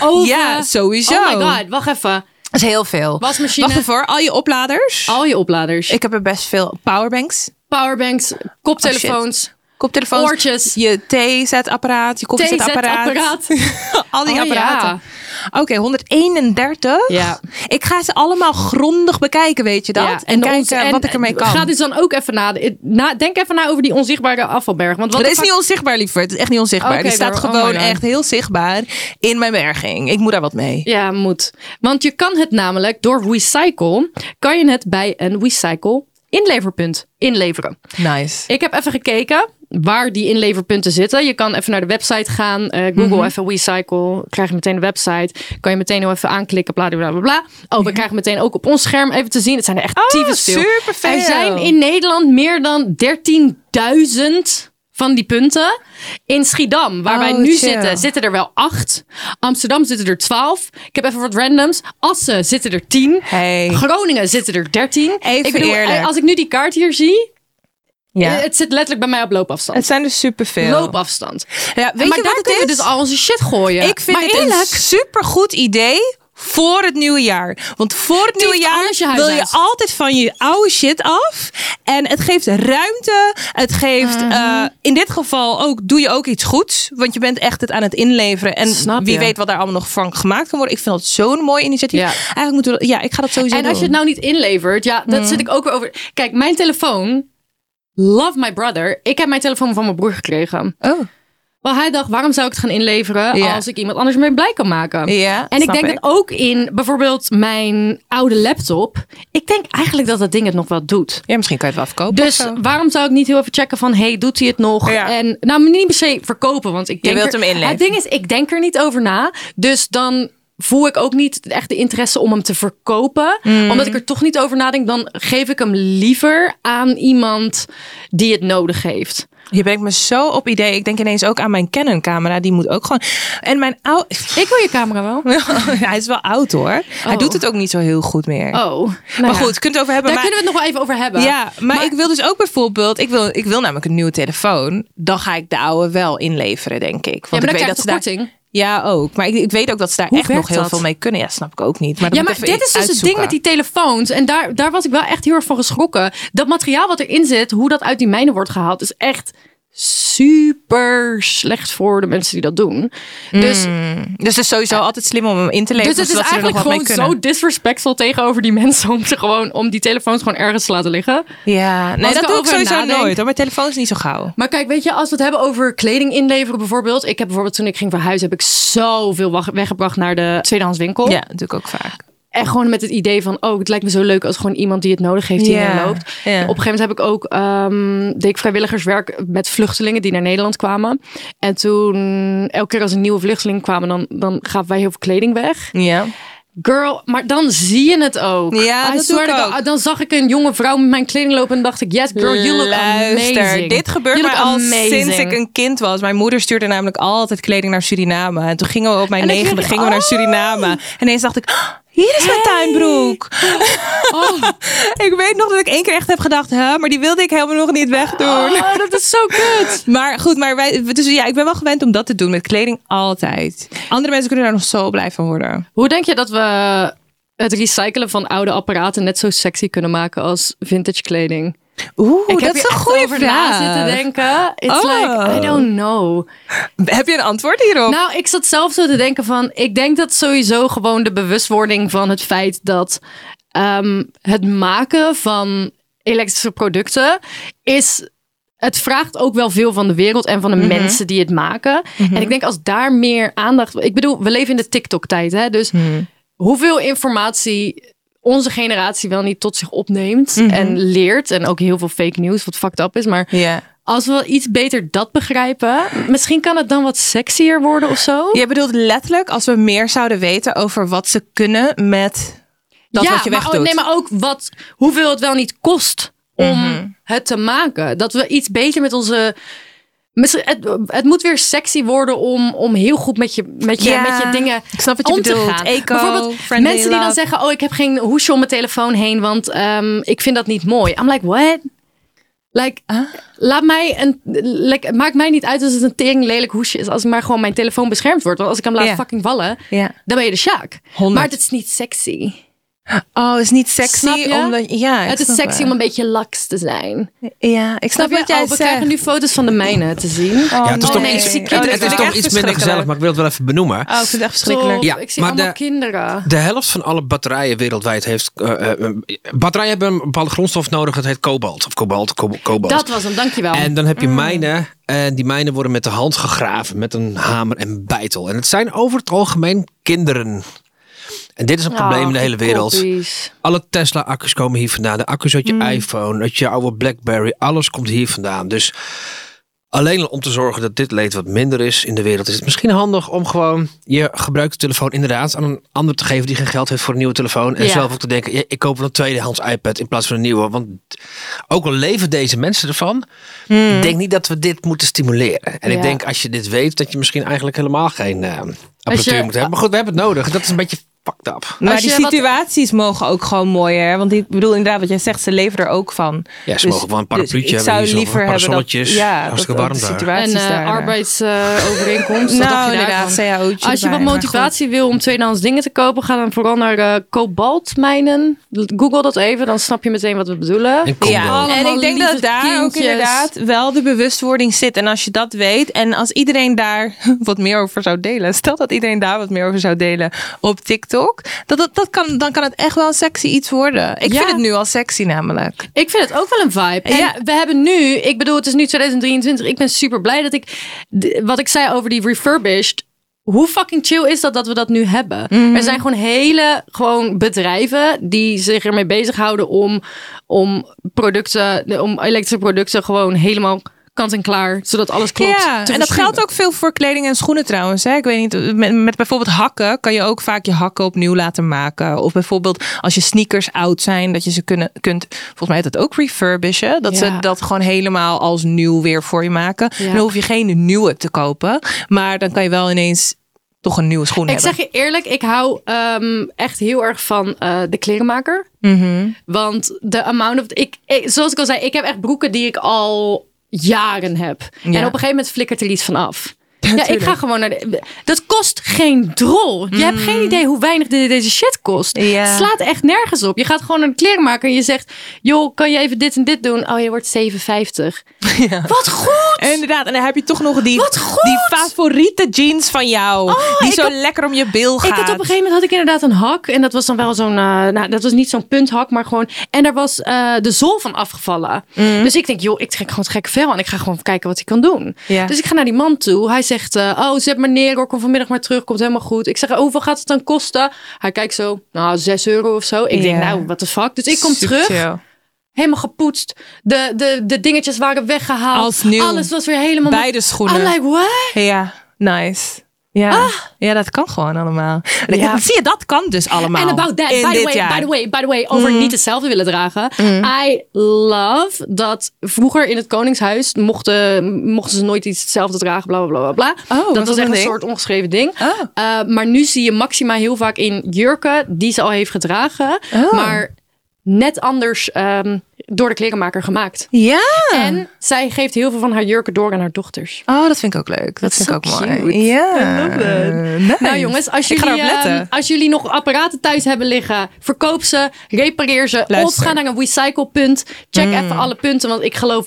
A: oven.
B: Ja, sowieso.
A: Oh my god, wacht even.
B: Dat is heel veel.
A: Wasmachine.
B: Wacht ervoor, al je opladers.
A: Al je opladers.
B: Ik heb er best veel. Powerbanks,
A: Powerbanks, koptelefoors.
B: Oh, koptelefoons.
A: Oortjes.
B: Je theezetapparaat, je koffiezetapparaat.
A: TZ-apparaat.
B: al die
A: Oh,
B: apparaten. Oké, 131.
A: Ja.
B: Ik ga ze allemaal grondig bekijken, weet je dat?
A: Ja,
B: en kijken
A: onze- en-
B: wat ik ermee kan.
A: Ga dus dan ook even na, na. Denk even na over die onzichtbare afvalberg. Want wat
B: dat
A: de
B: is
A: fuck-
B: niet onzichtbaar, liever. Het is echt niet onzichtbaar.
A: Oké,
B: Die staat
A: daarom- oh
B: gewoon
A: my God.
B: echt heel zichtbaar in mijn berging. Ik moet daar wat mee.
A: Ja, moet. Want je kan het namelijk door recycle, kan je het bij een recycle inleverpunt inleveren.
B: Nice.
A: Ik heb even gekeken waar die inleverpunten zitten. Je kan even naar de website gaan. eh, Google
B: Mhm.
A: even WeCycle. Krijg je meteen de website. Kan je meteen heel even aanklikken. Bla, bla, bla, bla, bla. Oh, we
B: Mhm.
A: krijgen meteen ook op ons scherm even te zien. Het zijn er
B: Oh,
A: echt tyfus veel.
B: superveel.
A: Er zijn in Nederland meer dan 13.000 van die punten. In Schiedam, waar
B: Oh,
A: wij nu
B: chill.
A: zitten, zitten er wel acht. Amsterdam zitten er 12. Ik heb even wat randoms. Assen zitten er 10.
B: Hey.
A: Groningen zitten er 13.
B: Even
A: ik bedoel, eh,
B: eerlijk.
A: Als ik nu die kaart hier zie,
B: Ja.
A: eh, Het zit letterlijk bij mij op
B: Het
A: loopafstand.
B: zijn dus superveel.
A: Loopafstand.
B: Ja, weet
A: maar
B: je
A: daar
B: wat het
A: kunnen
B: is?
A: we dus al onze shit gooien.
B: Ik vind
A: maar
B: het
A: eerlijk,
B: een supergoed idee voor het nieuwe jaar. Want voor het nieuwe
A: heeft
B: jaar
A: alles je huis
B: wil je
A: uit.
B: altijd van je oude shit af. En het geeft ruimte. Het geeft
A: Mhm.
B: eh, in dit geval ook, doe je ook iets goeds. Want je bent echt het aan het inleveren. En
A: Snap
B: wie
A: je.
B: weet wat daar allemaal nog van gemaakt kan worden. Ik vind dat zo'n mooi initiatief.
A: Ja.
B: Eigenlijk moeten we, ja, ik ga dat sowieso
A: en als je het
B: doen.
A: nou niet inlevert, ja,
B: Hmm.
A: dat zit ik ook weer over. Kijk, mijn telefoon, love my brother. Ik heb mijn telefoon van mijn broer gekregen.
B: oh.
A: Wel, hij dacht, waarom zou ik het gaan inleveren
B: Ja.
A: als ik iemand anders mee blij kan maken?
B: Ja,
A: en ik
B: snap
A: denk
B: ik.
A: dat ook in bijvoorbeeld mijn oude laptop. Ik denk eigenlijk dat dat ding het nog wel doet.
B: Ja, misschien kan je het wel afkopen. of
A: Dus
B: zo.
A: waarom zou ik niet heel even checken van, hey, doet hij het nog?
B: Ja.
A: En nou, niet per se verkopen, want ik denk
B: wilt
A: er-
B: hem inleveren.
A: Het ding is, ik denk er niet over na. Dus dan voel ik ook niet echt de interesse om hem te verkopen. Omdat ik er toch niet over nadenk, dan geef ik hem liever aan iemand die het nodig heeft.
B: Je brengt me zo op idee. Ik denk ineens ook aan mijn Canon camera. Die moet ook gewoon... En mijn oude...
A: Ik wil je camera wel.
B: Hij is wel oud hoor. Hij
A: Oh.
B: doet het ook niet zo heel goed meer.
A: Oh, nou
B: maar
A: ja.
B: goed, kunt het over hebben.
A: Daar kunnen
B: maar...
A: we het nog wel even over hebben.
B: Ja, maar, ik wil dus ook bijvoorbeeld, ik wil, ik wil namelijk een nieuwe telefoon. Dan ga ik de oude wel inleveren, denk ik.
A: Ja,
B: Want
A: maar
B: ik
A: dan
B: weet dat
A: krijg je
B: ze daar.
A: toch korting?
B: Ja, ook. Maar ik, ik weet ook dat ze daar
A: Hoe
B: echt nog
A: werkt
B: heel
A: dat?
B: veel mee kunnen. Ja, snap ik ook niet. Maar, dat
A: Ja,
B: moet
A: maar
B: ik even
A: dit is dus het ding
B: uitzoeken.
A: met die telefoons. En daar, daar was ik wel echt heel erg van geschrokken. Dat materiaal wat erin zit, hoe dat uit die mijnen wordt gehaald, is echt super slecht voor de mensen die dat doen. Dus,
B: Dus het is sowieso altijd slim om hem in te leveren.
A: dus het is
B: zodat ze er
A: eigenlijk
B: nog wat
A: gewoon
B: mee kunnen.
A: zo disrespectful tegenover die mensen om, ze gewoon, om die telefoons gewoon ergens te laten liggen.
B: Ja, nee,
A: Als
B: dat
A: ik
B: doe ik
A: erover
B: sowieso
A: nadenk-
B: nooit. Hoor. Mijn telefoon is niet zo gauw.
A: Maar kijk, weet je, als we het hebben over kleding inleveren bijvoorbeeld. Ik heb bijvoorbeeld toen ik ging verhuizen, heb ik zoveel wa- weggebracht naar de tweedehands winkel.
B: Ja, dat doe ik ook vaak.
A: En gewoon met het idee van, oh, het lijkt me zo leuk als gewoon iemand die het nodig heeft die
B: Ja,
A: hierheen loopt.
B: ja.
A: Op een gegeven moment heb ik ook, ehm deed ik vrijwilligerswerk met vluchtelingen die naar Nederland kwamen. En toen, elke keer als een nieuwe vluchteling kwamen, dan, dan gaven wij heel veel kleding weg.
B: Ja.
A: Girl, maar dan zie je het ook.
B: Ja,
A: I
B: dat
A: swear
B: doe ik
A: to God,
B: ook.
A: Dan zag ik een jonge vrouw met mijn kleding lopen en dacht ik, yes girl, you look
B: Luister,
A: amazing.
B: dit gebeurt
A: You
B: mij
A: look
B: al
A: amazing.
B: sinds ik een kind was. Mijn moeder stuurde namelijk altijd kleding naar Suriname. En toen gingen we op mijn
A: En dan
B: negende
A: kreeg je-
B: gingen we
A: oh.
B: naar Suriname. En ineens dacht ik, "Ah, hier is mijn tuinbroek.
A: Oh,
B: ik weet nog dat ik één keer echt heb gedacht, hè, maar die wilde ik helemaal nog niet wegdoen.
A: Oh, dat is zo kut.
B: Maar goed, maar wij, dus ja, ik ben wel gewend om dat te doen met kleding altijd. Andere mensen kunnen daar nog zo blij van worden.
A: Hoe denk je dat we het recyclen van oude apparaten net zo sexy kunnen maken als vintage kleding?
B: Oeh,
A: ik heb
B: dat is
A: hier
B: een
A: echt
B: goede
A: over na
B: vraag.
A: zitten denken. It's
B: Oh.
A: like, I don't know.
B: Heb je een antwoord hierop?
A: Nou, ik zat zelf zo te denken van... Ik denk dat sowieso gewoon de bewustwording van het feit dat... ehm, het maken van elektrische producten is... Het vraagt ook wel veel van de wereld en van de mensen die het maken. En ik denk als daar meer aandacht... Ik bedoel, we leven in de TikTok-tijd, hè? Dus hoeveel informatie onze generatie wel niet tot zich opneemt en leert. En ook heel veel fake news, wat fucked up is. Maar
B: ja.
A: als we iets beter dat begrijpen, misschien kan het dan wat sexier worden of zo.
B: Je bedoelt letterlijk als we meer zouden weten over wat ze kunnen met dat wat je
A: maar,
B: wegdoet.
A: ook- nee, maar oh, ook wat, hoeveel het wel niet kost om
B: Mhm.
A: het te maken. Dat we iets beter met onze. Misschien, het, het moet weer sexy worden om, om heel goed met je, met je,
B: Ja,
A: met je dingen
B: ik snap wat je
A: om te
B: bedoelt.
A: gaan.
B: Eco,
A: Bijvoorbeeld
B: friendly
A: mensen die dan
B: love.
A: zeggen... oh, ik heb geen hoesje om mijn telefoon heen... want ehm, ik vind dat niet mooi. I'm like, what? Like, laat mij een, like, het maakt mij niet uit als het een tering lelijk hoesje is... als maar gewoon mijn telefoon beschermd wordt. Want als ik hem laat
B: Ja.
A: fucking vallen,
B: Ja.
A: dan ben je de Sjaak.
B: Honderd.
A: Maar het is niet sexy.
B: Oh, is niet sexy
A: Snap je?
B: omdat ja, ik
A: het is
B: snap
A: sexy
B: het.
A: om een beetje laks te zijn.
B: Ja, ik snap,
A: Snap je?
B: wat jij
A: Oh, we
B: zegt.
A: krijgen nu foto's van de mijnen te zien.
C: Ja, het is
A: oh
C: toch
A: nee,
C: iets,
A: ik zie
C: het-
A: kinderen.
C: het is
A: Ik
C: toch
A: vind
C: iets minder gezellig, maar ik wil het wel even benoemen.
B: Oh, ik vind het echt verschrikkelijk.
A: Top,
C: Ja,
A: ik zie
C: maar
A: allemaal
C: de-
A: kinderen.
C: De helft van alle batterijen wereldwijd heeft... eh, eh, batterijen hebben een bepaalde grondstof nodig. Dat heet kobalt. Of kobalt, ko- kobalt.
A: Dat Mm. was hem, dankjewel.
C: En dan heb je mijnen. En die mijnen worden met de hand gegraven. Met een hamer en bijtel. En het zijn over het algemeen kinderen. En dit is een probleem in de
A: Ah,
C: hele
A: die
C: wereld.
A: koppies.
C: Alle Tesla-accu's komen hier vandaan. De accu's uit je
A: Mm.
C: iPhone, uit je oude Blackberry. Alles komt hier vandaan. Dus alleen al om te zorgen dat dit leed wat minder is in de wereld... is het misschien handig om gewoon je gebruikte telefoon inderdaad... aan een ander te geven die geen geld heeft voor een nieuwe telefoon. En
A: Ja.
C: zelf ook te denken, ja, ik koop wel een tweedehands iPad in plaats van een nieuwe. Want ook al leven deze mensen ervan... ik denk niet dat we dit moeten stimuleren. En
A: Mm. Ja.
C: ik denk als je dit weet, dat je misschien eigenlijk helemaal geen... eh, apparatuur
A: je-
C: moet hebben. Maar goed, we hebben het nodig. Dat is een beetje fucked up.
B: Maar
A: Als
B: die
A: je wat-
B: situaties mogen ook gewoon mooier. Want ik bedoel inderdaad wat jij zegt, ze leven er ook van. Dus
C: Ja, ze mogen wel een parapluutje
B: ik
C: hebben
B: zou
C: hier zo,
B: liever
C: een parasolletjes.
B: Hebben dat, ja,
C: Hartstikke
B: dat ook
C: warm
B: de
C: daar.
A: En
B: situaties daar,
A: eh
B: ja.
A: arbeidsovereenkomst.
B: Nou,
A: Wat dacht je
B: inderdaad,
A: daarvan?
B: cao'tje
A: Als je
B: erbij,
A: wat
B: maar
A: motivatie wil om tweedehands dingen te kopen, ga dan vooral naar eh, kobaltmijnen. Google dat even, dan snap je meteen wat we bedoelen.
C: En Congo.
B: Ja, en
A: Allemaal
B: ik denk dat
A: lieve
B: daar ook
A: kindjes.
B: inderdaad wel de bewustwording zit. En als je dat weet en als iedereen daar wat meer over zou delen, stel dat iedereen daar wat meer over zou delen op TikTok, dat, dat, dat kan, dan kan het echt wel een sexy iets worden. Ik
A: Ja.
B: vind het nu al sexy namelijk.
A: Ik vind het ook wel een vibe. En
B: Ja.
A: we hebben nu, ik bedoel, het is nu 2023. Ik ben super blij dat ik, d- wat ik zei over die refurbished. Hoe fucking chill is dat dat we dat nu hebben?
B: Mhm.
A: Er zijn gewoon hele gewoon bedrijven die zich ermee bezighouden om, om producten, om elektrische producten gewoon helemaal kant en klaar, zodat alles klopt. te
B: Ja, en dat
A: verschillen.
B: geldt ook veel voor kleding en schoenen trouwens. Hè? Ik weet niet, met, met bijvoorbeeld hakken kan je ook vaak je hakken opnieuw laten maken. Of bijvoorbeeld als je sneakers oud zijn, dat je ze kunnen, kunt, volgens mij heet dat ook refurbishen. Dat
A: Ja.
B: ze dat gewoon helemaal als nieuw weer voor je maken.
A: Ja.
B: Dan hoef je geen nieuwe te kopen, maar dan kan je wel ineens toch een nieuwe schoen
A: Ik
B: hebben.
A: zeg je eerlijk, ik hou ehm, echt heel erg van eh, de klerenmaker.
B: Mhm.
A: Want de amount of... Ik, ik- zoals ik al zei, ik heb echt broeken die ik al jaren heb. En op een gegeven moment flikkert er iets van af. Ja, ik ga gewoon naar de... Dat kost geen drol. Je hebt geen idee hoe weinig de- deze shit kost.
B: Mhm. Ja.
A: Het slaat echt nergens op. Je gaat gewoon naar de klerenmaker en je zegt... joh, kan je even dit en dit doen? Oh, je wordt 7,50. Wat goed!
B: Inderdaad, en dan heb je toch nog die,
A: Wat goed! Oh,
B: die favoriete jeans van jou. die
A: ik
B: zo
A: had-
B: lekker om je bil gaat.
A: Ik had op een gegeven moment had ik inderdaad een hak. En dat was dan wel zo'n. eh, nou, dat was niet zo'n punthak, maar gewoon. En daar was eh, de zool van afgevallen.
B: Mm.
A: Dus ik denk, joh, ik trek gewoon het gekke vel. En ik ga gewoon kijken wat ik kan doen.
B: Ja.
A: Dus ik ga naar die man toe. Hij zegt, eh, oh, zet maar neer. hoor. Kom vanmiddag maar terug. Komt helemaal goed. Ik zeg, oh, hoeveel gaat het dan kosten? Hij kijkt zo, nou, 6 euro of zo. Ik
B: Ja.
A: denk, nou, what the fuck. Dus ik kom
B: Super
A: terug.
B: chill.
A: Helemaal gepoetst. De, de, de dingetjes waren weggehaald.
B: Als nieuw.
A: Alles was weer helemaal.
B: Beide schoenen.
A: I'm like, what?
B: Ja, nice. Ja. ja, dat kan gewoon allemaal.
A: Ah. Ja.
B: Zie je, dat kan dus allemaal.
A: En about that,
B: in
A: by the,
B: dit
A: way,
B: jaar. Mm.
A: by the way, by the way, over niet hetzelfde willen dragen. I love dat vroeger in het Koningshuis mochten, mochten ze nooit iets hetzelfde dragen, bla bla bla bla. bla.
B: Oh, was
A: dat
B: dat
A: was echt
B: een
A: een
B: ding?
A: soort ongeschreven ding.
B: Oh.
A: Eh, maar nu zie je Maxima heel vaak in jurken die ze al heeft gedragen,
B: Oh.
A: maar net anders ehm, door de klerenmaker gemaakt.
B: Ja.
A: En zij geeft heel veel van haar jurken door aan haar dochters.
B: Oh, dat vind ik ook leuk. Dat, vind ik ook
A: is zo
B: mooi.
A: cute.
B: Ja. Nice.
A: Nou jongens, als
B: Ik ga
A: jullie,
B: erop letten.
A: ehm, als jullie nog apparaten thuis hebben liggen, verkoop ze, repareer ze. Of
B: Luister. Mm.
A: ga naar een recyclepunt. Check even alle punten, want ik geloof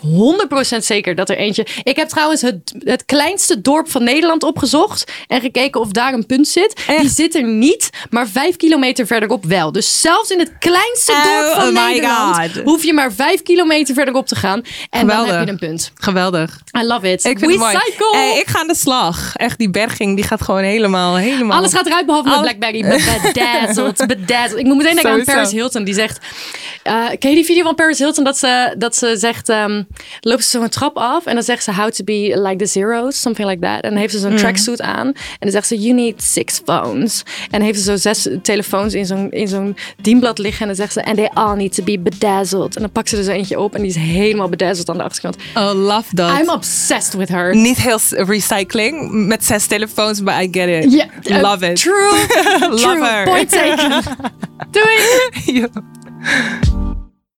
A: 100% zeker dat er eentje... Ik heb trouwens het, het kleinste dorp van Nederland opgezocht en gekeken of daar een punt zit. Die zit er niet, maar vijf kilometer verderop wel. Dus zelfs in het kleinste
B: Oh
A: dorp van
B: my
A: Nederland
B: God.
A: hoef je maar vijf kilometer verderop te gaan. En dan
B: Geweldig.
A: heb je een punt.
B: Geweldig.
A: I love it.
B: Ik vind het mooi. Eh,
A: Recycle!
B: Hey, ik ga aan de slag. Echt, die berging die gaat gewoon helemaal, helemaal.
A: Alles gaat eruit behalve mijn
B: Alles-
A: Blackberry. Bedazzled, bedazzled. Ik moet meteen denken aan
B: Sowieso.
A: Paris Hilton. Die zegt... eh, ken je die video van Paris Hilton? Dat ze, dat ze zegt... ehm, loopt ze zo'n trap af. En dan zegt ze... How to be like the zeros. Something like that. En dan heeft ze zo'n
B: Mm.
A: tracksuit aan. En dan zegt ze... You need six phones. En dan heeft ze zo zes telefoons in zo'n, in zo'n dienblad liggen. En dan zegt ze... And they all need to be bedazzled. En dan pakt ze er zo eentje op. En die is helemaal bedazzled aan de achterkant.
B: Oh, love dat.
A: I'm obsessed with her.
B: Niet heel s- recycling met zes telefoons, but I get it.
A: Ja, eh,
B: love it.
A: True.
B: love
A: true.
B: her.
A: Point taken. Doei.
B: Ja.